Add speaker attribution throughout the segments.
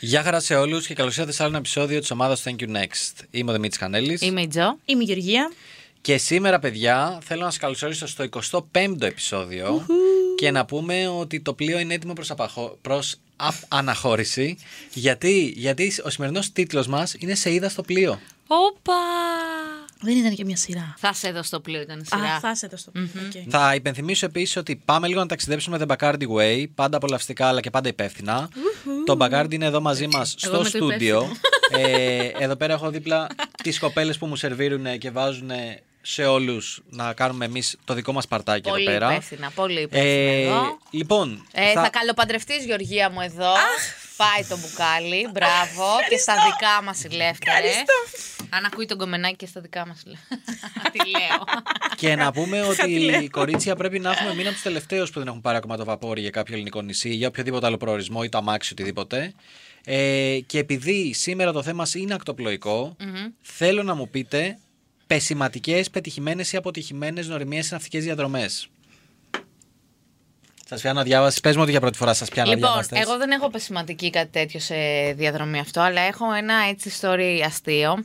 Speaker 1: Γεια χαρά σε όλους και καλώς ήρθατε σε άλλο ένα επεισόδιο της ομάδας Thank you Next. Είμαι ο Δημήτρης Κανέλης.
Speaker 2: Είμαι η Τζο.
Speaker 3: Είμαι η Γεωργία.
Speaker 1: Και σήμερα, παιδιά, θέλω να σας καλωσορίσω στο 25ο επεισόδιο και να πούμε ότι το πλοίο είναι έτοιμο προς, απαχω... προς απ- αναχώρηση. γιατί, γιατί ο σημερινός τίτλος μας είναι «Σε είδα στο πλοίο».
Speaker 2: Όπα!
Speaker 3: Δεν ήταν και μια σειρά.
Speaker 2: Θα σε δω στο πλοίο, ήταν η σειρά.
Speaker 3: Α, θα σε το στο Οκ.
Speaker 1: Θα υπενθυμίσω επίσης ότι πάμε λίγο να ταξιδέψουμε με τον Bacardi Way, πάντα απολαυστικά αλλά και πάντα υπεύθυνα. το Bacardi είναι εδώ μαζί μας στο
Speaker 2: είμαι το
Speaker 1: στούντιο. ε, εδώ πέρα έχω δίπλα τις κοπέλες που μου σερβίρουν και βάζουν σε όλους να κάνουμε εμείς το δικό μας παρτάκι
Speaker 2: Πολύ
Speaker 1: εδώ πέρα. Ε,
Speaker 2: υπεύθυνα, πολύ υπεύθυνα εδώ.
Speaker 1: λοιπόν,
Speaker 2: Ε, θα
Speaker 1: θα-
Speaker 2: θα καλοπαντρευτείς, Γεωργία μου εδώ. Πάει το μπουκάλι. Μπράβο. και στα δικά μας ηλεύθερα. Αν ακούει τον κομμενάκι και στα δικά μας Τι λέω.
Speaker 1: και να πούμε ότι η κορίτσια πρέπει να έχουμε μείνει από τους τελευταίους που δεν έχουν πάρει ακόμα το βαπόρι για κάποιο ελληνικό νησί, για οποιοδήποτε άλλο προορισμό ή το αμάξι, οτιδήποτε. Ε, και επειδή σήμερα το θέμα είναι ακτοπλοϊκό, θέλω να μου πείτε πεσηματικές, πετυχημένες ή αποτυχημένες γνωριμίε σε ναυτικές διαδρομές. Σας πιάνω διάβαση. Πες μου ότι για πρώτη φορά σας πιάνω
Speaker 2: Λοιπόν,
Speaker 1: διάβαση.
Speaker 2: εγώ δεν έχω σημαντική κάτι τέτοιο σε διαδρομή αυτό, αλλά έχω ένα έτσι story αστείο.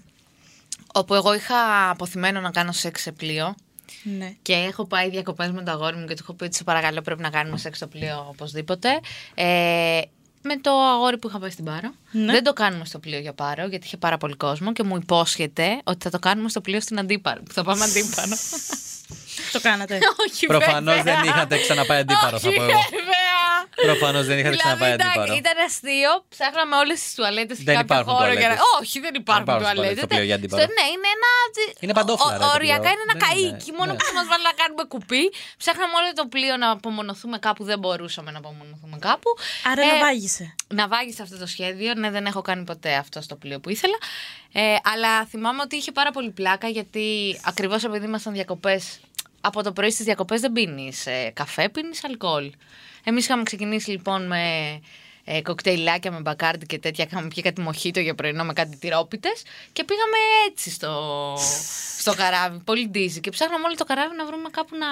Speaker 2: Όπου εγώ είχα αποθυμένο να κάνω σεξ σε πλοίο.
Speaker 3: Ναι.
Speaker 2: Και έχω πάει διακοπές με το αγόρι μου και του έχω πει ότι σε παρακαλώ πρέπει να κάνουμε σεξ στο πλοίο οπωσδήποτε. Ε, με το αγόρι που είχα πάει στην Πάρο. Δεν το κάνουμε στο πλοίο για Πάρο, γιατί είχε πάρα πολύ κόσμο και μου υπόσχεται ότι θα το κάνουμε στο πλοίο στην Αντίπαρο. Που θα πάμε Αντίπαρο.
Speaker 3: Το κάνατε.
Speaker 2: Όχι,
Speaker 1: Προφανώς
Speaker 2: βέβαια.
Speaker 1: δεν είχατε ξαναπάει αντίπαρο, θα
Speaker 2: Όχι,
Speaker 1: πω εγώ.
Speaker 2: βέβαια.
Speaker 1: Προφανώς δεν είχατε
Speaker 2: Δηλαδή,
Speaker 1: ξαναπάει
Speaker 2: εντάξει,
Speaker 1: αντίπαρο.
Speaker 2: ήταν αστείο. Ψάχναμε όλες τις τουαλέτες και
Speaker 1: Δεν
Speaker 2: κάποιο
Speaker 1: υπάρχουν
Speaker 2: χώρο για να.
Speaker 1: τουαλέτες.
Speaker 2: Όχι, δεν υπάρχουν
Speaker 1: Δεν υπάρχουν τουαλέτες
Speaker 2: τουαλέτες.
Speaker 1: στο πλοίο για αντίπαρο.
Speaker 2: Ναι, είναι ένα. τζι-
Speaker 1: Είναι παντόφλαρα
Speaker 2: ο-
Speaker 1: το πλοίο.
Speaker 2: Οριακά είναι ένα
Speaker 1: Δεν είναι,
Speaker 2: καίκι. Μόνο
Speaker 1: ναι.
Speaker 2: που θα μα βάλει να κάνουμε κουπί. Ψάχναμε όλο το πλοίο να απομονωθούμε κάπου. Δεν μπορούσαμε να απομονωθούμε κάπου.
Speaker 3: Άρα
Speaker 2: Ε,
Speaker 3: να βάγισε.
Speaker 2: να βάγει σε αυτό το σχέδιο. Ναι, δεν έχω κάνει ποτέ αυτό στο πλοίο που ήθελα. Ε, αλλά θυμάμαι ότι είχε πάρα πολύ πλάκα γιατί ακριβώς επειδή ήμασταν διακοπές, από το πρωί στις διακοπές δεν πίνεις ε, καφέ, πίνεις αλκοόλ. Εμείς είχαμε ξεκινήσει λοιπόν με ε, κοκτέιλάκια με μπακάρντι και τέτοια. Είχαμε πιει κάτι μοχίτο για πρωινό με κάτι τυρόπιτες και πήγαμε έτσι στο, στο καράβι. Πολύ ντίζι. Και ψάχναμε όλο το καράβι να βρούμε κάπου να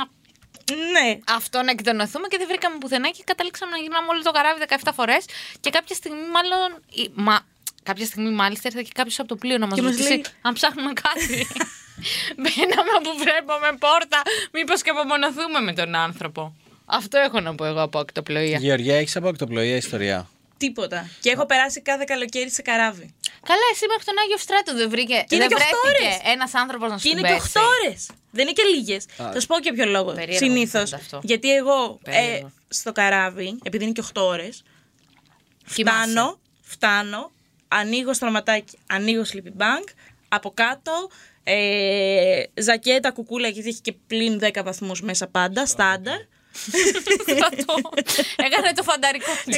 Speaker 3: Ναι.
Speaker 2: αυτό να εκτονωθούμε και δεν βρήκαμε πουθενά και καταλήξαμε να γυρνάμε όλο το καράβι 17 φορές. Και κάποια στιγμή, μάλλον. η- Μα, κάποια στιγμή, μάλιστα, ήρθε και κάποιος από το πλοίο να μας
Speaker 3: Και μας
Speaker 2: ρωτήσει
Speaker 3: λέει-
Speaker 2: αν ψάχνουμε κάτι. Μπαίναμε από βρέπα με πόρτα, μήπως και απομονωθούμε με τον άνθρωπο. Αυτό έχω να πω εγώ από ακτοπλοεία.
Speaker 1: Γεωργία, έχεις από ακτοπλοεία ιστορία.
Speaker 3: Τίποτα. Και έχω περάσει κάθε καλοκαίρι σε καράβι.
Speaker 2: Καλά, εσύ μέχρι τον Άγιο Στράτο δεν βρήκε.
Speaker 3: Και είναι
Speaker 2: δεν
Speaker 3: και οκτώ
Speaker 2: βρέθηκε
Speaker 3: ώρες.
Speaker 2: ένας άνθρωπος να σου
Speaker 3: Και είναι και 8
Speaker 2: πέσει.
Speaker 3: ώρες. Δεν είναι και λίγες. Θα σου πω και ποιο λόγο.
Speaker 2: Περίεργο μου
Speaker 3: Συνήθως.
Speaker 2: φαίνεται αυτό.
Speaker 3: Γιατί εγώ ε,
Speaker 2: Περίεργο.
Speaker 3: στο καράβι, επειδή είναι και 8 ώρες,
Speaker 2: Κοιμάσαι.
Speaker 3: φτάνω, φτάνω, ανοίγω στραματάκι, ανοίγω sleeping bank, από κάτω, ε, ζακέτα, κουκούλα, γιατί έχει και πλην 10 βαθμούς μέσα πάντα,
Speaker 2: ναι.
Speaker 3: στάνταρ.
Speaker 2: Έκανε το φανταρικό του.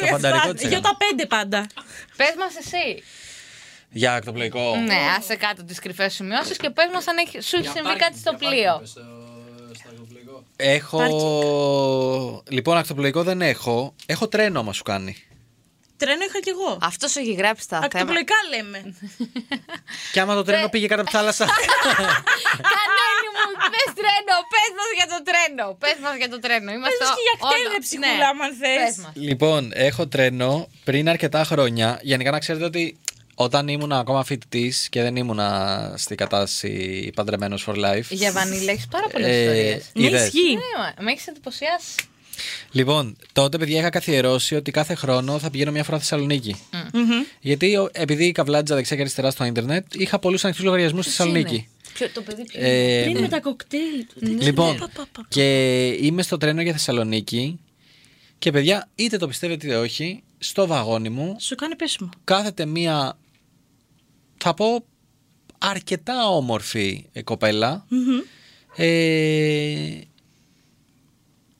Speaker 1: Το φανταρικό της
Speaker 3: Για
Speaker 1: έκανε.
Speaker 3: τα πέντε πάντα.
Speaker 2: Πες μας εσύ.
Speaker 1: Για ακτοπλοϊκό.
Speaker 2: Ναι, άσε κάτω τις κρυφές σημειώσεις και πες μας αν έχει, σου έχει συμβεί κάτι στο πλοίο.
Speaker 1: Έχω. Λοιπόν, ακτοπλοϊκό δεν έχω. Έχω τρένο όμω σου κάνει.
Speaker 3: Τρένο είχα κι εγώ.
Speaker 2: Αυτός σου έχει γράψει τα θέματα.
Speaker 3: Ακτοπλοϊκά λέμε.
Speaker 1: Και άμα το
Speaker 3: Ε.
Speaker 1: τρένο πήγε κάτω από τη θάλασσα.
Speaker 2: Κανέλη μου, πες τρένο, πες μας για το τρένο. Πες μας για το τρένο. Είμαστε Ναι,
Speaker 3: Πες μας και για κτέλεψη, κουλά μου, αν θες.
Speaker 2: Πες μας.
Speaker 1: λοιπόν, έχω τρένο πριν αρκετά χρόνια. Γενικά να ξέρετε ότι όταν ήμουν ακόμα φοιτητής και δεν ήμουν στην κατάσταση παντρεμένος for life.
Speaker 2: Για βανίλα έχεις πάρα πολλές
Speaker 1: ε,
Speaker 2: ιστορίες.
Speaker 3: Ναι,
Speaker 1: είδες.
Speaker 3: ισχύει.
Speaker 2: Με έχεις εντυπωσιάσει.
Speaker 1: Λοιπόν, τότε παιδιά είχα καθιερώσει ότι κάθε χρόνο θα πηγαίνω μια φορά Θεσσαλονίκη.
Speaker 3: Ε, ναι.
Speaker 1: Γιατί ο- επειδή η καβλάτζα δεξιά και αριστερά στο Ιντερνετ, είχα πολλούς ανοιχτούς λογαριασμούς στη Θεσσαλονίκη.
Speaker 2: Ποιο, το παιδί ποιο.
Speaker 1: Ε,
Speaker 3: με τα κοκτέιλ του. ναι,
Speaker 1: Λοιπόν, και είμαι στο τρένο για Θεσσαλονίκη και παιδιά, είτε το πιστεύετε είτε όχι, στο βαγόνι μου
Speaker 3: Σου κάνει πέσιμο.
Speaker 1: κάθεται μία, θα πω, αρκετά όμορφη ε, κοπέλα. Ε,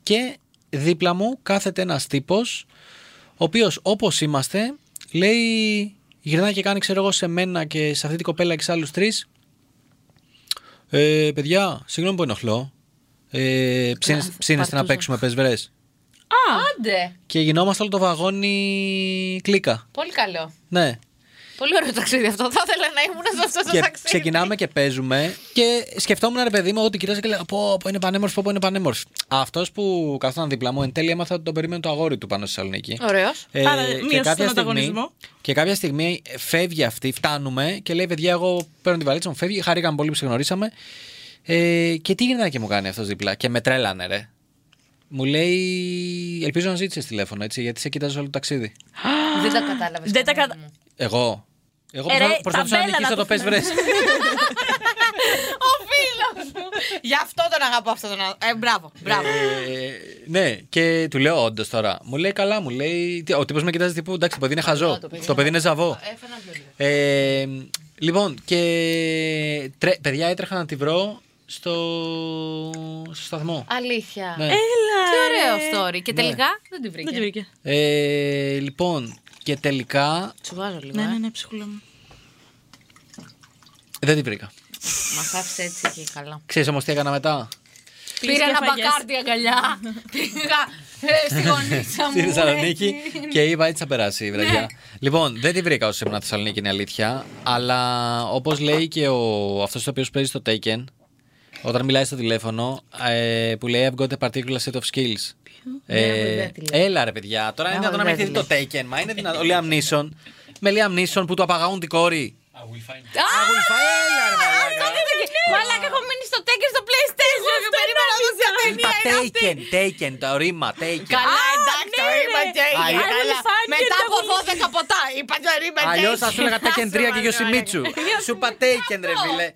Speaker 1: και δίπλα μου κάθεται ένας τύπος, ο οποίος όπως είμαστε, λέει, γυρνάει και κάνει, ξέρω εγώ, σε μένα και σε αυτή την κοπέλα και σε άλλους τρεις, «Ε, παιδιά, συγγνώμη που ενοχλώ. Ε, ψήνες- ψήνεστε να
Speaker 2: παρτούζα.
Speaker 1: παίξουμε πεσβρές.
Speaker 2: Άντε.
Speaker 1: Και γινόμαστε όλο το βαγόνι κλίκα.
Speaker 2: Πολύ καλό.
Speaker 1: Ναι.
Speaker 2: Πολύ ωραίο ταξίδι αυτό. Θα ήθελα να ήμουν σε αυτό το
Speaker 1: και
Speaker 2: ταξίδι.
Speaker 1: ξεκινάμε και παίζουμε. Και σκεφτόμουν ρε παιδί μου ότι κοιτάζα και λέω Πω, πω είναι πανέμορφο, πω είναι πανέμορφο. Αυτός που καθόταν δίπλα μου εν τέλει έμαθα ότι τον περίμενε το αγόρι του πάνω στη Θεσσαλονίκη.
Speaker 2: Ωραίος.
Speaker 1: Ε,
Speaker 3: Άρα,
Speaker 1: και
Speaker 3: μείωσε
Speaker 1: κάποια
Speaker 3: τον
Speaker 1: στιγμή-
Speaker 3: ανταγωνισμό.
Speaker 1: Και κάποια στιγμή φεύγει αυτή, φτάνουμε και λέει: Παιδιά, εγώ παίρνω τη βαλίτσα μου, φεύγει. Χαρήκαμε πολύ που συγνωρίσαμε. Ε, και τι γίνεται και μου κάνει αυτός δίπλα. Και με τρέλανε, ρε. Μου λέει: Ελπίζω να ζήτησες τηλέφωνο, έτσι, γιατί σε κοιτάζω όλο το ταξίδι.
Speaker 2: Δεν τα κατάλαβες.
Speaker 3: Δεν τα κατα-
Speaker 1: Εγώ. Εγώ
Speaker 3: Ε,
Speaker 1: προσπα-
Speaker 3: ρε,
Speaker 1: προσπαθούσα να
Speaker 3: ταμπέλα
Speaker 1: νικήσω
Speaker 3: να
Speaker 1: το
Speaker 3: το
Speaker 1: πες
Speaker 3: πούμε.
Speaker 1: βρες.
Speaker 2: Ο φίλος μου. Γι' αυτό τον αγαπώ αυτόν τον άνθρωπο. Ε, μπράβο, μπράβο.
Speaker 1: Ε, ναι, και του λέω όντως τώρα. Μου λέει καλά, μου λέει. «Τι, Ο τύπος με κοιτάζει τύπου. Εντάξει, το παιδί είναι χαζό.
Speaker 2: Το παιδί
Speaker 1: Το παιδί είναι ζαβό.
Speaker 2: Έφανα βιολί.
Speaker 1: Ε, λοιπόν, και τρε- παιδιά έτρεχα να τη βρω στο, στο σταθμό.
Speaker 2: Αλήθεια.
Speaker 1: Ναι.
Speaker 3: Έλα.
Speaker 2: Τι
Speaker 3: ρε.
Speaker 2: ωραίο story. Και τελικά Ναι. δεν την
Speaker 3: Δεν
Speaker 2: βρήκε.
Speaker 3: τη βρήκε.
Speaker 1: Ε, λοιπόν, και τελικά
Speaker 2: Σου βάζω λίγο.
Speaker 3: Ναι,
Speaker 2: ε.
Speaker 3: ναι, ναι, ψυχούλα μου.
Speaker 1: δεν τη βρήκα.
Speaker 2: Μα άφησε έτσι και καλά.
Speaker 1: Ξέρεις όμως τι έκανα μετά.
Speaker 2: Πήρα ένα
Speaker 3: Κλείστηκε φαγιές.
Speaker 2: μπακάρτι αγκαλιά. Πήγα ε, στη γονίτσα μου. Ναι.
Speaker 1: Στη Θεσσαλονίκη
Speaker 2: εκεί.
Speaker 1: και είπα έτσι θα περάσει η βραδιά. Λοιπόν, δεν τη βρήκα όσο ήμουν στη Θεσσαλονίκη, είναι αλήθεια. Αλλά όπως λέει και ο, αυτός ο οποίος παίζει στο Taken, όταν μιλάει στο τηλέφωνο, ε, που λέει I've got a particular set of skills. Ε, έλα ρε παιδιά, τώρα είναι δυνατόν να μην έχετε δει το Taken, μα είναι δυνατόν. Ο Liam Neeson, με Liam Neeson που του απαγαγούν την κόρη.
Speaker 2: Α,
Speaker 1: Αγουλφα, έλα ρε
Speaker 2: το
Speaker 1: μαλάκα.
Speaker 2: είδα και- Μαλάκα, έχω μείνει στο τέκερ στο PlayStation. και Περίμενα να δω ποια ταινία
Speaker 1: Τα
Speaker 2: είναι αυτή.
Speaker 1: Taken, Taken, το ρήμα, Taken.
Speaker 2: Καλά,
Speaker 3: Α,
Speaker 2: εντάξει, το
Speaker 3: ναι, ρε.
Speaker 2: είπα και
Speaker 1: Α,
Speaker 2: είναι
Speaker 1: είναι.
Speaker 2: καλά.
Speaker 3: Φάνηκε
Speaker 2: Μετά
Speaker 3: το
Speaker 2: από
Speaker 3: γουλί.
Speaker 2: 12 ποτά, είπα το ρήμα και
Speaker 1: Αλλιώ
Speaker 2: έτσι.
Speaker 1: θα σου έλεγα Taken 3 και Γιωσιμίτσου. Σου είπα Taken, ρε φίλε.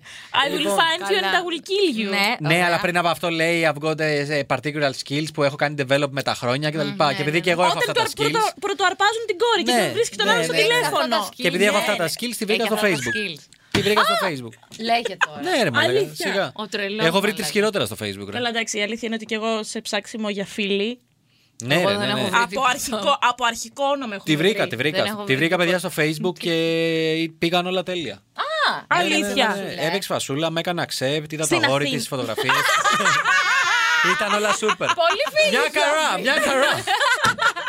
Speaker 3: I will
Speaker 1: Λοιπόν,
Speaker 3: find you and
Speaker 2: καλά.
Speaker 3: I will kill you.
Speaker 2: Ναι,
Speaker 1: Ναι, αλλά πριν από αυτό λέει I've got eh, particular skills που έχω κάνει develop με τα χρόνια κτλ.
Speaker 2: ναι,
Speaker 1: Και επειδή και εγώ έχω αυτά
Speaker 3: Όταν
Speaker 1: τα
Speaker 3: του
Speaker 1: skills.
Speaker 3: πρωτο- πρωτοαρπάζουν την κόρη και
Speaker 1: Ναι,
Speaker 3: τον βρίσκει τον
Speaker 1: ναι,
Speaker 3: άλλο στο
Speaker 1: ναι, ναι.
Speaker 3: τηλέφωνο.
Speaker 1: Και επειδή έχω
Speaker 2: Ναι.
Speaker 1: αυτά τα skills, τη βρήκα στο Facebook. Τη βρήκα στο Facebook.
Speaker 2: Λέγε τώρα.
Speaker 1: Ναι, ρε μαλάκα,
Speaker 3: Αλήθεια.
Speaker 1: σιγά.
Speaker 2: Ο τρελός
Speaker 1: Έχω βρει
Speaker 2: μαλάκα.
Speaker 1: τρει χειρότερα στο Facebook. ρε.
Speaker 3: Καλά, εντάξει, η αλήθεια είναι ότι και εγώ σε ψάξιμο για φίλη.
Speaker 1: Ναι,
Speaker 2: Εγώ
Speaker 1: ρε,
Speaker 2: δεν
Speaker 1: ναι,
Speaker 2: έχω
Speaker 1: ναι.
Speaker 2: βρει.
Speaker 3: Από αρχικό, από αρχικό όνομα έχω
Speaker 1: Τη βρήκα,
Speaker 3: βρει.
Speaker 1: τη
Speaker 2: Δεν έχω
Speaker 1: βρήκα.
Speaker 2: βρει
Speaker 1: Τη βρήκα, παιδιά, στο Facebook και πήγαν όλα τέλεια.
Speaker 3: Αλήθεια.
Speaker 1: Ναι, ναι, ναι. Έπαιξε φασούλα, με έκανα accept, είδα το
Speaker 3: Στην
Speaker 1: αγόρι
Speaker 3: Αθήνα.
Speaker 1: της φωτογραφίες. Ήταν όλα super.
Speaker 2: Πολύ φίλοι
Speaker 1: Μια
Speaker 2: σου. Ε,
Speaker 1: καρά, μια καρά.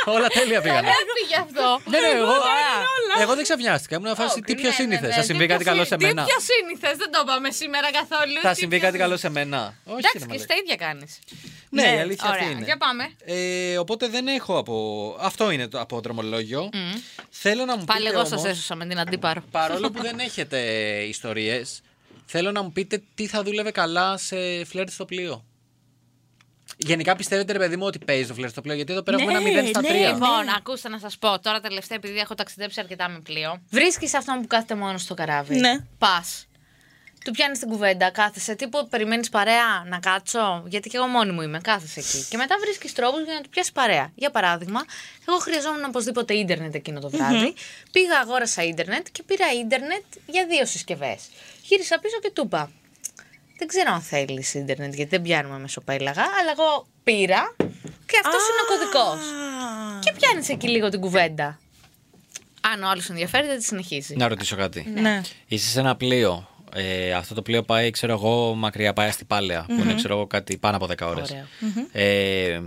Speaker 1: Όλα τέλεια πήγαν.
Speaker 2: Έφυγε αυτό.
Speaker 1: Ναι, ναι,
Speaker 2: ε,
Speaker 1: εγώ, εγώ δεν ξαφνιάστηκα. Ήμουν φάση τι πιο σύνηθε. Θα συμβεί κάτι καλό σε μένα.
Speaker 2: ναι, Τι πιο σύνηθες, δεν το είπαμε σήμερα καθόλου.
Speaker 1: Θα
Speaker 2: Τι
Speaker 1: συμβεί
Speaker 2: πιο
Speaker 1: κάτι
Speaker 2: σύνηθες.
Speaker 1: καλό σε μένα. Όχι, ρε
Speaker 2: Εντάξει, και
Speaker 1: μαλάκα.
Speaker 2: στα ίδια κάνεις.
Speaker 1: Ναι,
Speaker 3: Ναι,
Speaker 1: η αλήθεια αυτή
Speaker 2: ωραία.
Speaker 1: είναι.
Speaker 2: Για πάμε.
Speaker 1: Ε, οπότε δεν έχω από. Αυτό είναι το, από δρομολόγιο. Θέλω να μου
Speaker 2: Πάλι
Speaker 1: πείτε.
Speaker 2: εγώ σας
Speaker 1: όμως,
Speaker 2: έσωσα με την αντίπαρο.
Speaker 1: Παρόλο που δεν έχετε ιστορίες, θέλω να μου πείτε τι θα δούλευε καλά σε φλερτ στο πλοίο. Γενικά πιστεύετε, ρε παιδί μου, ότι παίζει το φλερτ στο πλοίο, γιατί εδώ πέρα
Speaker 3: Ναι,
Speaker 1: έχουμε ένα 0 στα
Speaker 3: ναι,
Speaker 1: 3.
Speaker 2: Λοιπόν, ακούστε να σας πω τώρα τελευταία, επειδή έχω ταξιδέψει αρκετά με πλοίο. Βρίσκεις αυτόν που κάθεται μόνος στο καράβι.
Speaker 3: Ναι.
Speaker 2: Πας. Του πιάνεις την κουβέντα, κάθεσαι. Τύπου περιμένεις παρέα να κάτσω. Γιατί και εγώ μόνη μου είμαι, κάθεσαι εκεί. Και μετά βρίσκεις τρόπους για να του πιάσεις παρέα. Για παράδειγμα, εγώ χρειαζόμουν οπωσδήποτε ίντερνετ εκείνο το βραδυ Πήγα, αγόρασα ίντερνετ και πήρα ίντερνετ για δύο συσκευές. Γύρισα πίσω και του είπα. Δεν ξέρω αν θέλεις ίντερνετ, γιατί δεν πιάνουμε μεσοπέλαγα, αλλά εγώ πήρα και αυτός είναι ο κωδικό.
Speaker 3: Α,
Speaker 2: Και πιάνεις εκεί λίγο την κουβέντα. Αν ο άλλος ενδιαφέρεται, τη συνεχίζει.
Speaker 1: Να ρωτήσω κάτι.
Speaker 3: Ναι.
Speaker 1: Είσαι σε ένα πλοίο. Ε, αυτό το πλοίο πάει, ξέρω εγώ, μακριά. Πάει στην παλαια που είναι, ξέρω εγώ, κάτι πάνω από 10 ώρες.
Speaker 2: Ωραίο.
Speaker 1: Ε,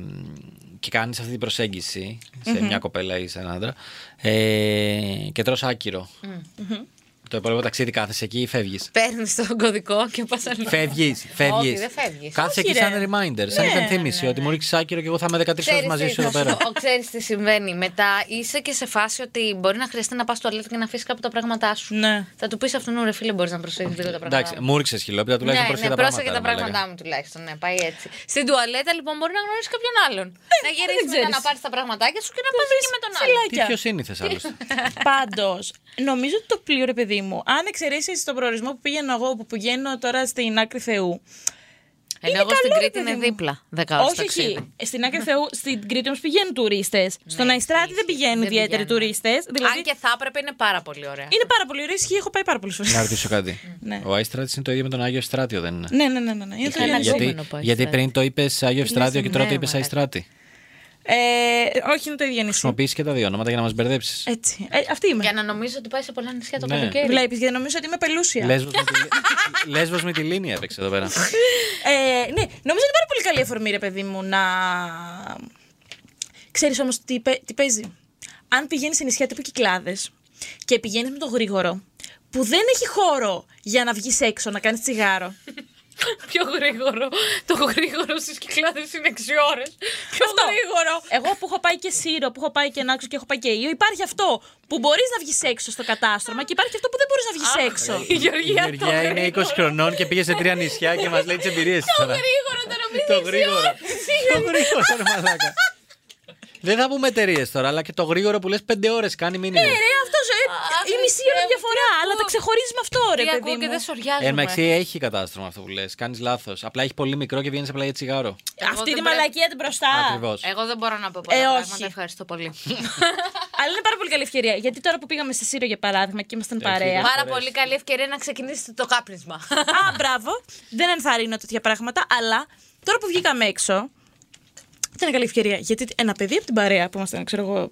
Speaker 1: και κάνεις αυτή την προσέγγιση σε μια κοπέλα ή σε έναν άντρα. Ε, και τρως ακυρο Το υπόλοιπο ταξίδι κάθεσαι εκεί ή φεύγεις.
Speaker 2: Παίρνεις τον κωδικό και πας αλλού.
Speaker 1: Φεύγεις, φεύγει.
Speaker 2: Όχι, Ναι, δεν φεύγεις.
Speaker 1: Κάθεσαι εκεί
Speaker 3: Όχι,
Speaker 1: σαν
Speaker 3: ρε.
Speaker 1: reminder, σαν υπενθύμηση ότι μου ρίξεις άκυρο και εγώ θα είμαι 13 ώρε μαζί σου εδώ πέρα.
Speaker 2: Ξέρεις τι συμβαίνει. Μετά είσαι και σε φάση ότι μπορεί να χρειαστεί να πας στο αλήθεια και να αφήσεις κάπου τα πράγματά σου.
Speaker 3: Ναι.
Speaker 2: Θα του πεις αυτόν, ρε φίλε, μπορείς να προσέχεις λίγο τα
Speaker 1: Εντάξει,
Speaker 2: πράγματά μου.
Speaker 1: μου ρίξες χιλόπιτα, τουλάχιστον
Speaker 2: ναι, ναι,
Speaker 1: πρόσεχε τα
Speaker 2: πρόσεχε
Speaker 1: πράγματα.
Speaker 2: τα
Speaker 1: ρε μαλάκα.
Speaker 2: πράγματά μου τουλάχιστον. Ναι, πάει έτσι. Στην τουαλέτα λοιπόν μπορεί να γνωρίσει κάποιον άλλον.
Speaker 1: Ε,
Speaker 2: Να γυρίσει μετά
Speaker 3: ξέρεις.
Speaker 2: να πάρεις τα πράγματάκια σου και να πας εκεί με τον άλλον.
Speaker 3: Φιλάκια.
Speaker 1: Τι πιο σύνηθες άλλωστε.
Speaker 3: Πάντως, νομίζω ότι το πλοίο, ρε παιδί μου, αν εξαιρέσεις στον προορισμό που πήγαινα εγώ, που πηγαίνω τώρα στην άκρη Θεού.
Speaker 2: Ενώ
Speaker 3: Είναι
Speaker 2: εγώ στην
Speaker 3: καλό, ρε
Speaker 2: Κρήτη
Speaker 3: παιδί
Speaker 2: είναι
Speaker 3: μου.
Speaker 2: δίπλα. Δέκα ώρες
Speaker 3: Όχι εκεί. Στην άκρη Θεού, στην Κρήτη όμως πηγαίνουν τουρίστες. Στον Αϊστράτη δεν πηγαίνουν ιδιαίτεροι τουρίστες. Δηλαδή,
Speaker 2: Αν και θα έπρεπε, είναι πάρα πολύ ωραία.
Speaker 3: είναι πάρα πολύ ωραίο και έχω πάει πάρα πολλές φορές.
Speaker 1: Να ρωτήσω κάτι.
Speaker 3: Ναι.
Speaker 1: Ο Άιστρατη είναι το ίδιο με τον Άγιο Στράτιο, δεν είναι.
Speaker 3: Ναι, ναι, ναι, ναι. ναι. Είναι το
Speaker 2: καλά,
Speaker 3: ίδιο.
Speaker 2: Επόμενο
Speaker 1: Γιατί,
Speaker 2: που
Speaker 1: γιατί
Speaker 2: Αϊστράτη.
Speaker 1: πριν το είπες Άγιο Στράτιο και τώρα
Speaker 2: ναι,
Speaker 1: το είπε
Speaker 2: μαλάκα.
Speaker 1: Αϊστράτη.
Speaker 3: Ε, όχι, είναι το ίδιο νησί.
Speaker 1: Χρησιμοποιήσει και τα δύο ονόματα για να μας μπερδέψεις.
Speaker 3: Έτσι. Ε, αυτή είμαι.
Speaker 2: Για να νομίζω ότι πάει σε πολλά νησιά το
Speaker 1: Ναι.
Speaker 2: καλοκαίρι.
Speaker 3: Βλέπεις, γιατί νομίζω ότι είμαι πελούσια.
Speaker 1: Λέσβος με τη λίνη έπαιξε εδώ πέρα.
Speaker 3: Ε, ναι, νομίζω είναι πάρα πολύ καλή αφορμή, ρε παιδί μου, να. Ξέρεις όμως τι, παί- τι παίζει. Αν πηγαίνεις σε νησιά τύπου κυκλάδες, και πηγαίνεις με το γρήγορο που δεν έχει χώρο για να βγεις έξω να κάνεις τσιγάρο.
Speaker 2: Πιο γρήγορο. Το γρήγορο στις κυκλάδες είναι 6 ώρες. Πιο
Speaker 3: Αυτό.
Speaker 2: γρήγορο.
Speaker 3: Εγώ που έχω πάει και Σύρο, που έχω πάει και Νάξο και έχω πάει και Ήο, υπάρχει αυτό που μπορείς να βγεις έξω στο κατάστρωμα και υπάρχει αυτό που δεν μπορείς να βγεις έξω.
Speaker 2: Η Γεωργία,
Speaker 1: Ε, Η Γεωργία
Speaker 2: το
Speaker 1: είναι 20
Speaker 2: γρήγορο.
Speaker 1: χρονών και πήγε σε τρία νησιά και μας λέει τις εμπειρίες
Speaker 2: Το
Speaker 1: τώρα.
Speaker 2: γρήγορο το ε, νομίζει.
Speaker 1: Το γρήγορο. Το γρήγορο, ρε μαλάκα. Δεν θα πούμε εταιρείες τώρα, αλλά και το γρήγορο που λες 5 ώρες κάνει μήνυμα.
Speaker 3: Ε, ρε, αυτό ε, η μισή ώρα διαφορά, αλλά τα ξεχωρίζεις με αυτό, ρε
Speaker 2: Τι
Speaker 3: παιδί
Speaker 2: ακούω και δεν
Speaker 3: μου.
Speaker 1: Εν τω μεταξύ
Speaker 2: σοριάζομαι.
Speaker 1: έχει κατάστρωμα αυτό που λες. Κάνεις λάθος. Απλά έχει πολύ μικρό και βγαίνει απλά για τσιγάρο.
Speaker 2: Εγώ δεν
Speaker 3: Αυτή τη
Speaker 2: πρέπει-
Speaker 3: μαλακία την μπροστά.
Speaker 1: Ακριβώς.
Speaker 2: Εγώ δεν μπορώ να πω
Speaker 3: Ε,
Speaker 2: πολλά
Speaker 3: όχι.
Speaker 2: πράγματα. Ευχαριστώ πολύ.
Speaker 3: Αλλά είναι πάρα πολύ καλή ευκαιρία. Γιατί τώρα που πήγαμε σε Σύρο για παράδειγμα και ήμασταν
Speaker 1: Ε,
Speaker 3: παρέα.
Speaker 2: Πάρα πολύ καλή ευκαιρία να ξεκινήσετε το κάπνισμα.
Speaker 3: Α, μπράβο. Δεν ενθαρρύνω τέτοια πράγματα, αλλά τώρα που βγήκαμε έξω. Ήταν καλή ευκαιρία. Γιατί ένα παιδί από την παρέα που ήμασταν, ξέρω εγώ,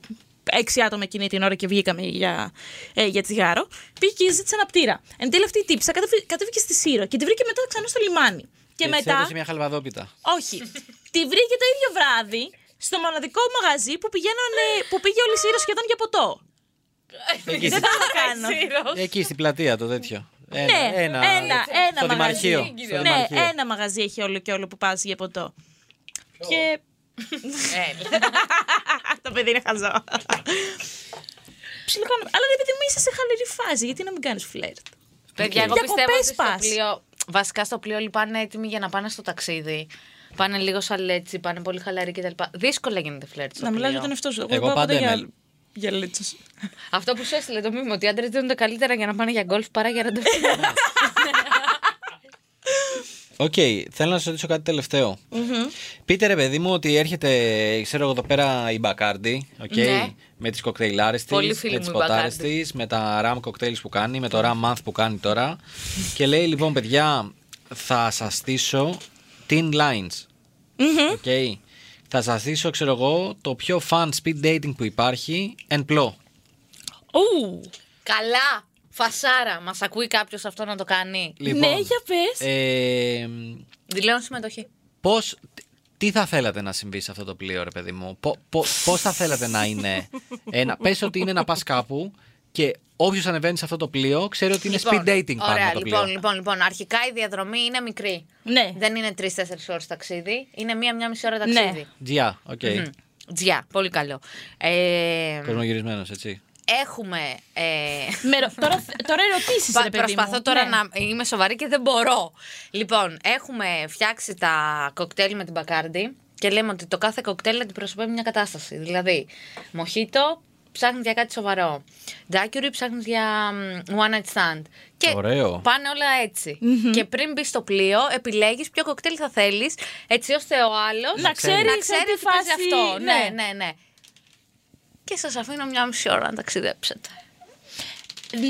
Speaker 3: έξι άτομα εκείνη την ώρα και βγήκαμε για, ε, για τσιγάρο, πήγε και ζήτησε ένα πτήρα. Εν τέλει αυτή η τύψα κατέβη- κατέβηκε στη Σύρο και τη βρήκε μετά ξανά στο λιμάνι. Και,
Speaker 1: Και της
Speaker 3: μετά.
Speaker 1: έδωσε μια χαλβαδόπιτα.
Speaker 3: Όχι. τη βρήκε το ίδιο βράδυ στο μοναδικό μαγαζί που, πηγαίνανε, που πήγε όλη η Σύρο σχεδόν για ποτό.
Speaker 1: Εκεί,
Speaker 3: Δεν θα το κάνω.
Speaker 1: εκεί στην πλατεία το τέτοιο. Ένα,
Speaker 3: Ναι, ένα, ένα,
Speaker 1: στο
Speaker 3: μαγαζί.
Speaker 1: δημαρχείο. στο
Speaker 3: Ναι,
Speaker 1: δημαρχείο.
Speaker 3: ένα μαγαζί έχει όλο και όλο που πας για ποτό. Και.
Speaker 2: Ε,
Speaker 3: το παιδί είναι χαζό. Ψιλοκάνω. Αλλά ρε παιδί μου είσαι σε χαλαρή φάση, γιατί να μην κάνεις φλερτ.
Speaker 2: Παιδιά, εγώ
Speaker 3: Για
Speaker 2: πιστεύω
Speaker 3: κοπές
Speaker 2: ότι στο
Speaker 3: πας.
Speaker 2: πλοίο, βασικά στο πλοίο λυπάνε έτοιμοι για να πάνε στο ταξίδι. Πάνε λίγο σαλέτσι, πάνε πολύ χαλαροί κτλ. Δύσκολα γίνεται φλερτ στο
Speaker 3: Να μιλάς για
Speaker 2: πλοίο.
Speaker 3: τον εαυτό σου.
Speaker 1: Εγώ
Speaker 3: πάω
Speaker 1: πάντα
Speaker 3: για-
Speaker 1: είμαι.
Speaker 3: Για λίτσος.
Speaker 2: Αυτό που σου έστειλε το μήνυμα, ότι οι άντρες δίνονται καλύτερα για να πάνε για γκολφ παρά για ραντεβού.
Speaker 1: Οκ, θέλω να σα ρωτήσω κάτι τελευταίο. Πείτε ρε παιδί μου ότι έρχεται, ξέρω εγώ εδώ πέρα η Μπακάρντι, οκ,
Speaker 2: Ναι.
Speaker 1: με τις κοκτέιλάρες της,
Speaker 2: Πολύ φίλη
Speaker 1: με τι
Speaker 2: μου η
Speaker 1: ποτάρες
Speaker 2: Bacardi.
Speaker 1: της, με τα ραμ κοκτέιλ που κάνει, με το ραμ month που κάνει τώρα. και λέει λοιπόν, παιδιά, θα σας στήσω teen lines. Οκ. Θα σας στήσω, ξέρω εγώ, το πιο fun speed dating που υπάρχει, εν πλώ.
Speaker 3: Ου,
Speaker 2: Καλά! Φασάρα! Μας ακούει κάποιος αυτό να το κάνει.
Speaker 1: Λοιπόν,
Speaker 3: Ναι, για πες.
Speaker 1: Ε,
Speaker 2: Δηλώνω συμμετοχή.
Speaker 1: πώς, τι- τι θα θέλατε να συμβεί σε αυτό το πλοίο, ρε παιδί μου, πο, πο, πώς θα θέλατε να είναι ένα, πες ότι είναι να πας κάπου και όποιος ανεβαίνει σε αυτό το πλοίο ξέρει ότι είναι speed dating πάνω
Speaker 2: Λοιπόν, ωραία,
Speaker 1: από το πλοίο.
Speaker 2: λοιπόν, λοιπόν, λοιπόν. Αρχικά η διαδρομή είναι μικρή.
Speaker 3: Ναι.
Speaker 2: Δεν είναι τρει-τέσσερι ώρες ταξίδι. Είναι μία-μία μισή ώρα ταξίδι.
Speaker 3: Ναι.
Speaker 1: Τζιά, οκ.
Speaker 2: Μμμ. Τζιά, πολύ καλό. Ε,
Speaker 1: Κοσμογυρισμένος, έτσι.
Speaker 2: έχουμε. Ε,
Speaker 3: Με ρω- Τώρα, τώρα ερωτήσεις
Speaker 2: Πα-
Speaker 3: ρε παιδί μου.
Speaker 2: προσπαθώ τώρα
Speaker 3: Ναι.
Speaker 2: να είμαι σοβαρή και δεν μπορώ. Λοιπόν, έχουμε φτιάξει τα κοκτέιλ με την Μπακάρντι και λέμε ότι το κάθε κοκτέιλ αντιπροσωπεύει μια κατάσταση. Δηλαδή, μοχίτο ψάχνεις για κάτι σοβαρό. Ντάκιουρι ψάχνεις για μ, one night stand. Και
Speaker 1: Ωραίο.
Speaker 2: πάνε όλα έτσι. Και πριν μπεις στο πλοίο, επιλέγεις ποιο κοκτέιλ θα θέλεις, έτσι ώστε ο άλλος
Speaker 3: Να ξέρει
Speaker 2: να
Speaker 3: σε τι
Speaker 2: ξέρει τι παίζει
Speaker 3: φάση,
Speaker 2: αυτό. Ναι,
Speaker 3: ναι.
Speaker 2: ναι, ναι. Και σας αφήνω μια μισή ώρα να ταξιδέψετε.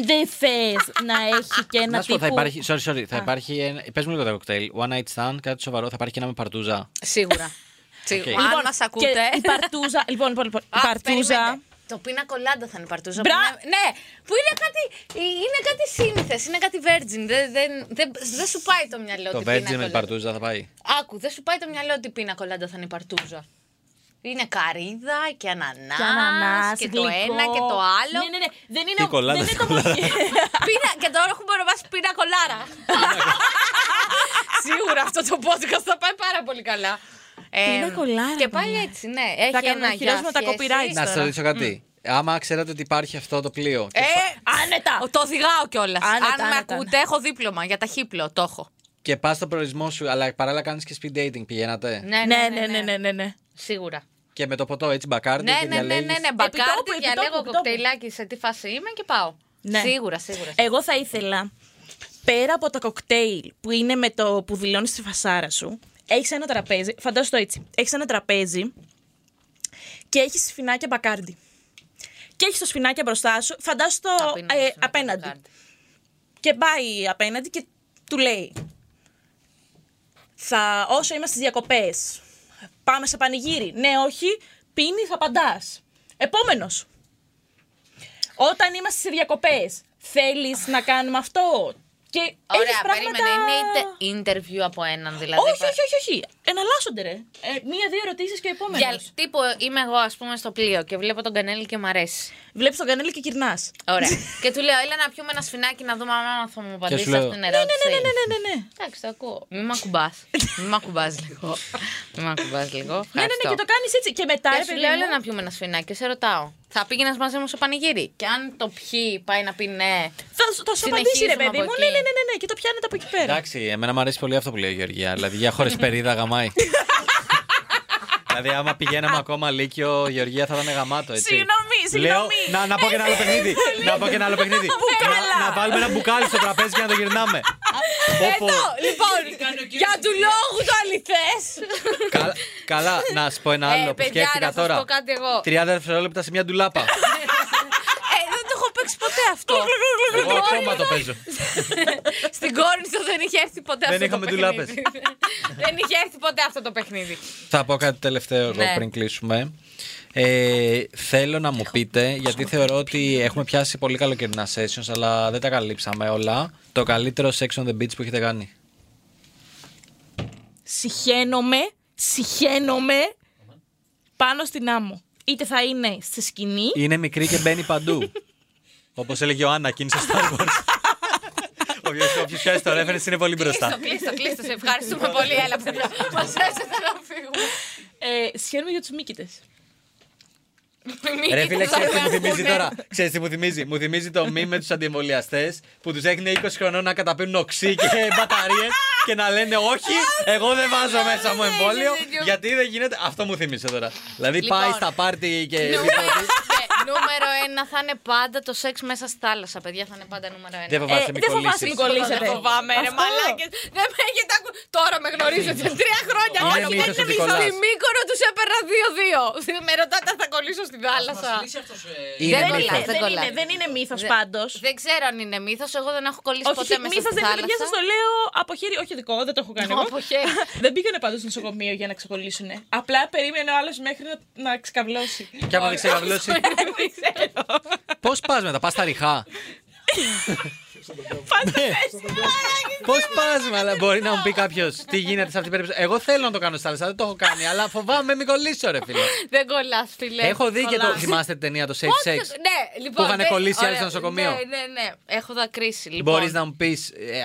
Speaker 3: Δεν θες να έχει και ένα
Speaker 1: Να σου πω,
Speaker 3: τύπου...
Speaker 1: θα υπάρχει, sorry, sorry, θα υπάρχει ένα, πες μου λίγο τα κοκτέιλ, one night stand, κάτι σοβαρό, θα υπάρχει και ένα με παρτούζα.
Speaker 2: Σίγουρα. Σίγουρα.
Speaker 1: Οκ.
Speaker 2: Αν
Speaker 3: Λοιπόν,
Speaker 2: μας
Speaker 3: και
Speaker 2: ακούτε.
Speaker 3: Η παρτούζα. Λοιπόν, λοιπόν, λοιπόν, η
Speaker 2: Α,
Speaker 3: παρτούζα.
Speaker 2: περιμένετε. Το πίνα κολάντα θα είναι η παρτούζα.
Speaker 3: Μπρα-
Speaker 2: που είναι- ναι, που είναι κάτι, είναι κάτι σύνηθες, είναι κάτι virgin. Δεν, δεν, δεν, δεν σου πάει το μυαλό
Speaker 1: Το
Speaker 2: Ε, ότι πίνα
Speaker 1: Virgin με την
Speaker 2: κολάντα.
Speaker 1: παρτούζα θα πάει.
Speaker 2: Άκου, δεν σου πάει το μυαλό ότι πίνα κολάντα θα είναι η παρτούζα. Είναι καρύδα και ανανάς
Speaker 3: Και
Speaker 2: και,
Speaker 3: ανανάς,
Speaker 2: το
Speaker 3: γλυκό.
Speaker 2: ένα και το άλλο.
Speaker 3: Ναι, ναι, ναι. Δεν είναι,
Speaker 1: Τι κολλάνε,
Speaker 3: δεν είναι
Speaker 1: τι
Speaker 3: το
Speaker 1: κολλάνε.
Speaker 2: πίνα, και τώρα έχουμε ονομάσει πίνα κολάρα. Σίγουρα αυτό το podcast θα πάει πάρα πολύ καλά.
Speaker 3: Πίνα
Speaker 2: Ε,
Speaker 3: κολάρα,
Speaker 2: και πάει έτσι, ναι. Έχει
Speaker 3: Θα κάνουμε-
Speaker 2: ένα
Speaker 3: χειρίζουμε τα
Speaker 2: για σχέση.
Speaker 3: copyright.
Speaker 1: Να σας
Speaker 3: Τώρα.
Speaker 1: ρωτήσω κάτι. Άμα ξέρατε ότι υπάρχει αυτό το πλοίο. και
Speaker 2: Ε,
Speaker 3: Άνετα.
Speaker 2: Το οδηγάω κιόλα. Αν
Speaker 3: Άνετα,
Speaker 2: με
Speaker 3: άνετα.
Speaker 2: ακούτε, έχω δίπλωμα για ταχύπλο. Το έχω.
Speaker 1: Και πας στον προορισμό σου, αλλά παράλληλα κάνεις και speed dating. Πηγαίνατε.
Speaker 3: Ναι, ναι, ναι, ναι, ναι, ναι.
Speaker 2: Σίγουρα.
Speaker 1: Και με το ποτό, έτσι μπακάρντι.
Speaker 2: Ναι,
Speaker 1: και
Speaker 2: ναι, ναι, ναι,
Speaker 1: διαλέγεις.
Speaker 2: ναι. Μπακάρτι,
Speaker 3: επιτόπου,
Speaker 2: διαλέγω
Speaker 3: επιτόπου.
Speaker 2: κοκτέιλάκι σε τι φάση είμαι και πάω.
Speaker 3: Ναι.
Speaker 2: Σίγουρα, σίγουρα.
Speaker 3: Εγώ θα ήθελα, πέρα από τα κοκτέιλ που είναι με το που δηλώνεις τη φασάρα σου, έχεις ένα τραπέζι. Φαντάζομαι το έτσι. Έχεις ένα τραπέζι και έχεις σφινάκια μπακάρντι. Και έχεις το σφινάκια μπροστά σου, φαντάζομαι
Speaker 2: Θα
Speaker 3: το
Speaker 2: πίνω
Speaker 3: ε,
Speaker 2: μαζί με το
Speaker 3: απέναντι.
Speaker 2: Μπακάρντι.
Speaker 3: Και πάει απέναντι και του λέει. Θα, όσο είμαστε στις διακοπές, πάμε σε πανηγύρι. Ναι, όχι, πίνει, θα απαντάς. Επόμενος. Όταν είμαστε σε διακοπές, θέλεις να κάνουμε αυτό. Και έχεις
Speaker 2: Ωραία,
Speaker 3: πράγματα...
Speaker 2: περίμενε. Είναι είτε interview από έναν δηλαδή.
Speaker 3: Όχι, όχι, όχι, όχι. εναλλάσσονται, ρε. Ε, μία-δύο ερωτήσεις και επόμενος.
Speaker 2: Για τύπου είμαι εγώ, ας πούμε, στο πλοίο και βλέπω τον κανέλη και μου αρέσει.
Speaker 3: Βλέπεις τον κανέλη και κυρνάς.
Speaker 2: Ωραία. και του λέω, έλα να πιούμε ένα σφινάκι να δούμε αν θα μου απαντήσει
Speaker 1: σου λέω,
Speaker 2: αυτήν την
Speaker 3: Ναι,
Speaker 2: ερώτηση.
Speaker 3: ναι, ναι, ναι, ναι, ναι. ναι.
Speaker 2: Εντάξει, το ακούω. Μην με ακουμπά. Μην με ακουμπάς λίγο. Μην με ακουμπάς λίγο.
Speaker 3: Ναι, ναι, ναι, και το κάνεις έτσι. Και μετά,
Speaker 2: Και
Speaker 3: ρε
Speaker 2: σου
Speaker 3: παιδί
Speaker 2: λέω,
Speaker 3: μου,
Speaker 2: έλα να πιούμε ένα σφινάκι και σε ρωτάω. Θα πήγαινες μαζί μου στο πανηγύρι. Και αν το πιει, πάει να πει ναι.
Speaker 3: θα, σου- θα σου απαντήσει,
Speaker 2: Συνεχίζουμε
Speaker 3: ρε παιδί
Speaker 2: από
Speaker 3: μου.
Speaker 2: εκεί.
Speaker 3: Ναι, ναι, ναι, ναι, ναι, και το πιάνετε από εκεί πέρα.
Speaker 1: Εντάξει, εμένα μου αρέσει πολύ αυτό που λέει η Γεωργία. Δηλαδή για χωρίς περίδα γαμάει. δηλαδή άμα πηγαίναμε ακόμα Λύκειο, η Γεωργία θα ήταν γαμάτο, έτσι.
Speaker 3: Συγγνώμη, συγγνώμη.
Speaker 1: Λέω, να, να πω και ένα
Speaker 2: Ε,
Speaker 1: άλλο παιχνίδι. να πω και ένα άλλο παιχνίδι.
Speaker 3: Μπουκάλα.
Speaker 1: να, να βάλουμε ένα μπουκάλι στο τραπέζι και να το γυρνάμε.
Speaker 2: Ε,
Speaker 1: Πω, πω.
Speaker 2: λοιπόν, για του λόγου το αληθές.
Speaker 1: Καλά, καλά, να σου πω ένα άλλο που
Speaker 2: Ε, παιδιά,
Speaker 1: σκέφτηκα
Speaker 2: να σας
Speaker 1: τώρα.
Speaker 2: πω κάτι εγώ.
Speaker 1: 30 δευτερόλεπτα σε μια ντουλάπα.
Speaker 2: Ε, δεν το έχω παίξει ποτέ αυτό.
Speaker 1: Εγώ ακόμα το παίζω.
Speaker 2: Στην Κόρνηθο δεν είχε έρθει ποτέ
Speaker 1: Δεν
Speaker 2: αυτό
Speaker 1: είχαμε
Speaker 2: το παιχνίδι.
Speaker 1: ντουλάπες.
Speaker 2: δεν είχε έρθει ποτέ αυτό το παιχνίδι.
Speaker 1: Θα πω κάτι τελευταίο εγώ
Speaker 2: Ναι.
Speaker 1: πριν κλείσουμε. Ε, θέλω να μου πείτε, γιατί θεωρώ ότι έχουμε πιάσει πολύ καλοκαιρινά sessions, αλλά δεν τα καλύψαμε όλα. Το καλύτερο sex on the beach που έχετε κάνει.
Speaker 3: Συχαίνομαι, συχαίνομαι πάνω στην άμμο. Είτε θα είναι στη σκηνή,
Speaker 1: Είναι μικρή και μπαίνει παντού. Όπως έλεγε ο Άννα, εκείνη στο Star Wars. Όποιο πιάσει το reference είναι πολύ μπροστά.
Speaker 2: Κλείστο, κλείστο, κλείστο. Σε ευχαριστούμε πολύ. Έλα, παιδιά. Μα έσαι να φύγουμε.
Speaker 3: ε, συχαίνομαι για τους μύκητες.
Speaker 2: Μην
Speaker 1: Ρε φίλε,
Speaker 2: κοιτάς,
Speaker 1: ξέρεις τι
Speaker 2: δεν
Speaker 1: μου θυμίζει
Speaker 2: ακούνε.
Speaker 1: τώρα. Ξέρεις τι μου θυμίζει. Μου θυμίζει το μη με τους αντιεμβολιαστές που τους έχνε 20 χρονών να καταπίνουν οξύ και μπαταρίες και να λένε όχι, εγώ δεν βάζω μέσα μου εμβόλιο
Speaker 2: τέτοιο.
Speaker 1: γιατί δεν γίνεται. Αυτό μου θύμισε τώρα. Δηλαδή
Speaker 2: Λοιπόν,
Speaker 1: πάει στα πάρτι και...
Speaker 2: Νούμερο, ναι, νούμερο ένα θα είναι πάντα το σεξ μέσα στη θάλασσα, παιδιά. Θα είναι πάντα νούμερο
Speaker 1: Δεν
Speaker 2: ένα.
Speaker 1: φοβάσαι μη
Speaker 3: δεν φοβάσαι
Speaker 1: κολλήσεις.
Speaker 3: μη κολλήσεις. κολλήσετε.
Speaker 2: Δεν φοβάμαι, ρε
Speaker 3: Αυτό.
Speaker 2: μαλάκες. Δεν με έχετε ακούσει. Τώρα με γνωρίζετε. Τρία χρόνια.
Speaker 1: Είναι
Speaker 2: Όχι,
Speaker 1: μύθος
Speaker 2: δεν
Speaker 1: ότι
Speaker 2: είναι μύθος.
Speaker 1: κολλάς.
Speaker 2: Στη Μύκονο τους έπαιρνα δύο-δύο. Με ρωτάτε αν θα κολλήσω στη θάλασσα.
Speaker 1: Είναι
Speaker 2: Δεν
Speaker 1: μύθος.
Speaker 2: κολλάς,
Speaker 3: δεν,
Speaker 2: κολλάς.
Speaker 3: είναι, δεν είναι μύθος
Speaker 2: Δε-
Speaker 3: πάντως.
Speaker 2: Δεν ξέρω αν είναι μύθος. Εγώ δεν έχω κολλήσει ποτέ
Speaker 3: Όχι,
Speaker 2: μέσα
Speaker 3: μύθος
Speaker 2: στη
Speaker 3: δεν είναι, παιδιά, σα
Speaker 2: θάλασσα.
Speaker 3: το λέω από χέρι. Όχι δικό, δεν το έχω κάνει.
Speaker 2: Ω,
Speaker 3: εγώ.
Speaker 2: από χέρι.
Speaker 3: δεν πήγανε πάντως στο νοσοκομείο για να ξεκολλήσουν. Απλά περίμενε ο άλλος μέχρι να, να ξεκαβλώσει.
Speaker 1: Και άμα δεν ξεγαβλώσει,
Speaker 3: Ε, Δεν ξέρω.
Speaker 1: πώς πας μετά, πας στα ριχά.
Speaker 3: Πάντα
Speaker 1: Ναι. Πώ πα, αλλά μπορεί να μου πει κάποιος τι γίνεται σε αυτή την περίπτωση. Εγώ θέλω να το κάνω στη θάλασσα, δεν το έχω κάνει, αλλά φοβάμαι μην κολλήσω, ρε φίλε.
Speaker 2: Δεν κολλάς, φίλε.
Speaker 1: Έχω δει και το.
Speaker 2: Κολλάς.
Speaker 1: Θυμάστε την ταινία το Safe
Speaker 2: Πώς
Speaker 1: Sex.
Speaker 2: θα- Ναι, λοιπόν.
Speaker 1: είχανε
Speaker 2: δεν-
Speaker 1: κολλήσει άλλοι
Speaker 2: ωραία,
Speaker 1: στο νοσοκομείο.
Speaker 2: Ναι, ναι, ναι. Έχω δακρύσει. Λοιπόν.
Speaker 1: Μπορείς να μου πεις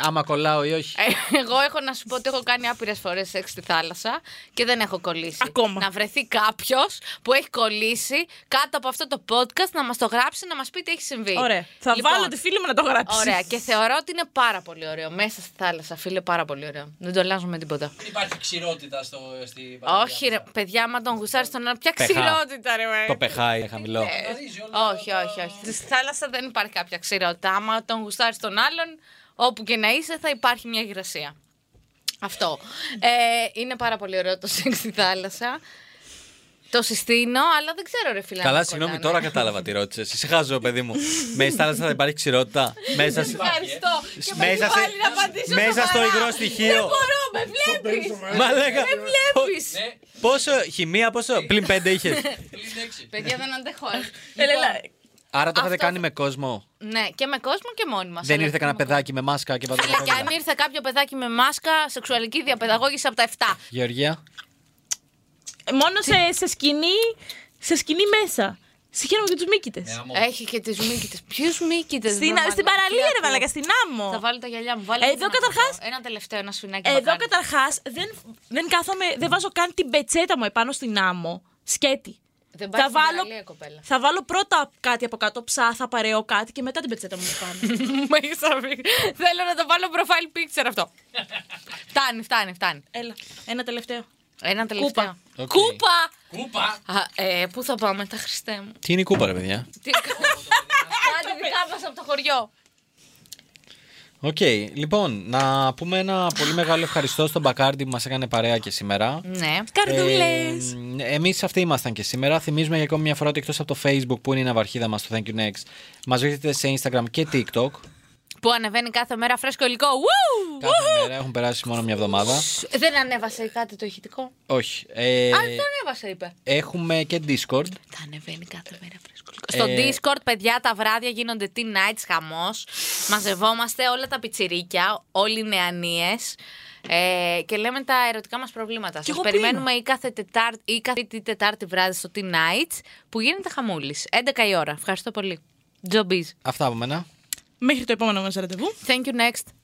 Speaker 1: άμα κολλάω ή όχι.
Speaker 2: Ε, Εγώ έχω να σου πω ότι έχω κάνει άπειρες φορές σεξ στη θάλασσα και δεν έχω κολλήσει.
Speaker 3: Ακόμα.
Speaker 2: Να βρεθεί κάποιος που έχει κολλήσει κάτω από αυτό το podcast να μας το γράψει, να μας πει τι έχει συμβεί.
Speaker 3: Ωραία. Θα
Speaker 2: Λοιπόν,
Speaker 3: βάλω τη φίλη μου να το γράψει.
Speaker 2: Ωραία. Και θεωρώ ότι είναι πάρα πολύ ωραίο. Μέσα στη θάλασσα, φίλε, πάρα πολύ ωραίο. Δεν το αλλάζουμε τίποτα.
Speaker 4: Δεν υπάρχει ξηρότητα στο, στη
Speaker 2: Όχι, ρε, παιδιά, άμα τον γουσάρει τον άλλο, ποια
Speaker 1: Πεχά.
Speaker 2: ξηρότητα, ρε. μαλάκα.
Speaker 1: Το πεχάει χαμηλό.
Speaker 2: Ε, όχι, όχι, όχι. Στη θάλασσα δεν υπάρχει κάποια ξηρότητα. Άμα τον γουστάρεις τον άλλον, όπου και να είσαι, θα υπάρχει μια υγρασία. Αυτό. Ε, είναι πάρα πολύ ωραίο το σεξ στη θάλασσα. Το συστήνω, αλλά δεν ξέρω, ρε φίλα.
Speaker 1: Καλά, συγγνώμη, τώρα κατάλαβα τι ρώτησες. Είσαι χάζο, παιδί μου. Μέσα στη θάλασσα θα υπάρχει ξηρότητα. Μέσα σε-
Speaker 2: Ευχαριστώ. Και με
Speaker 1: Μέσα
Speaker 2: έχει βάλει
Speaker 1: σε-
Speaker 2: να απαντήσω
Speaker 1: μέσα στο
Speaker 2: σοβαρά.
Speaker 1: υγρό στοιχείο.
Speaker 2: Δεν μπορώ, με βλέπεις.
Speaker 1: Μα λέγα.
Speaker 2: Με βλέπεις.
Speaker 1: Πόσο χημεία, πόσο. Πλην πέντε είχες.
Speaker 2: Παιδιά, δεν αντέχω. άλλο.
Speaker 3: Έλα,
Speaker 2: Λοιπόν,
Speaker 3: έλα.
Speaker 1: Άρα το είχατε
Speaker 2: Αυτό-
Speaker 1: κάνει με κόσμο.
Speaker 2: Ναι, και με κόσμο και μόνοι μας.
Speaker 1: Δεν
Speaker 2: Αλλά
Speaker 1: ήρθε
Speaker 2: και
Speaker 1: κανένα
Speaker 2: με
Speaker 1: παιδάκι με μάσκα και
Speaker 2: Φίλε, και αν
Speaker 1: παντού.
Speaker 2: ήρθε κάποιο παιδάκι με μάσκα, σεξουαλική διαπαιδαγώγηση από τα 7.
Speaker 1: Γεωργία.
Speaker 3: Μόνο σε, σε σκηνή, σε σκηνή μέσα. Συγχαίρομαι για τους μύκητες.
Speaker 2: Ε, Έχει και τις μύκητες. Ποιους μύκητες,
Speaker 3: Στην, στην παραλία, ρε Βαλακά, στην άμμο.
Speaker 2: Θα βάλω τα γυαλιά μου. Βάλε
Speaker 3: Εδώ
Speaker 2: ένα τελευταίο.
Speaker 3: καταρχάς-
Speaker 2: Ένα τελευταίο, ένα σφινάκι.
Speaker 3: Εδώ
Speaker 2: μπακάλι.
Speaker 3: καταρχάς δεν, δεν κάθομαι, δεν βάζω καν την πετσέτα μου επάνω στην άμμο. Σκέτη.
Speaker 2: Δεν πάει
Speaker 3: θα
Speaker 2: στην
Speaker 3: βάλω-
Speaker 2: παραλία, κοπέλα.
Speaker 3: Θα βάλω πρώτα κάτι από κάτω, ψάθα, παρέω κάτι και μετά την πετσέτα μου πάνω.
Speaker 2: Μα έχεις αφήσει. Θέλω να το βάλω profile picture αυτό. φτάνει, φτάνει, φτάνει.
Speaker 3: Έλα, ένα τελευταίο.
Speaker 2: Ένα τελευταίο.
Speaker 1: Οκ.
Speaker 2: Κούπα!
Speaker 4: Κούπα.
Speaker 2: Α, ε, πού θα πάμε, τα Χριστέ μου.
Speaker 1: Τι είναι η κούπα, ρε παιδιά.
Speaker 2: Τι- Κάτι δικά μας από το χωριό.
Speaker 1: Οκ, λοιπόν, να πούμε ένα πολύ μεγάλο ευχαριστώ στον Μπακάρντι που μας έκανε παρέα και σήμερα.
Speaker 2: Ναι.
Speaker 3: Καρδούλες.
Speaker 1: Εμείς αυτοί ήμασταν και σήμερα. Θυμίζουμε για ακόμη μια φορά ότι εκτός από το Facebook που είναι η ναυαρχίδα μας, το Thank you Next, μας βρίσκεται σε Instagram και TikTok.
Speaker 2: Που ανεβαίνει κάθε μέρα φρέσκο υλικό. Woo!
Speaker 1: Κάθε μέρα έχουν περάσει μόνο μια εβδομάδα.
Speaker 2: Δεν ανέβασε κάτι το ηχητικό.
Speaker 1: Όχι. Ε,
Speaker 2: Α, δεν το ανέβασε, είπε.
Speaker 1: έχουμε και Discord.
Speaker 2: Τα ανεβαίνει κάθε μέρα φρέσκο. Στο Discord, παιδιά, τα βράδια γίνονται teen nights χαμός. Μαζευόμαστε όλα τα πιτσιρίκια, όλοι οι νεανίες. Ε, και λέμε τα ερωτικά μας προβλήματα. Σας
Speaker 3: εγώ
Speaker 2: περιμένουμε ή κάθε, τετάρ, ή κάθε τη Τετάρτη βράδυ στο Teen Nights που γίνεται χαμούλης. 11 η ώρα. Ευχαριστώ πολύ. Τζομπίζ.
Speaker 5: Αυτά από μένα.
Speaker 3: Μέχρι το επόμενο μας ραντεβού.
Speaker 2: Thank you next.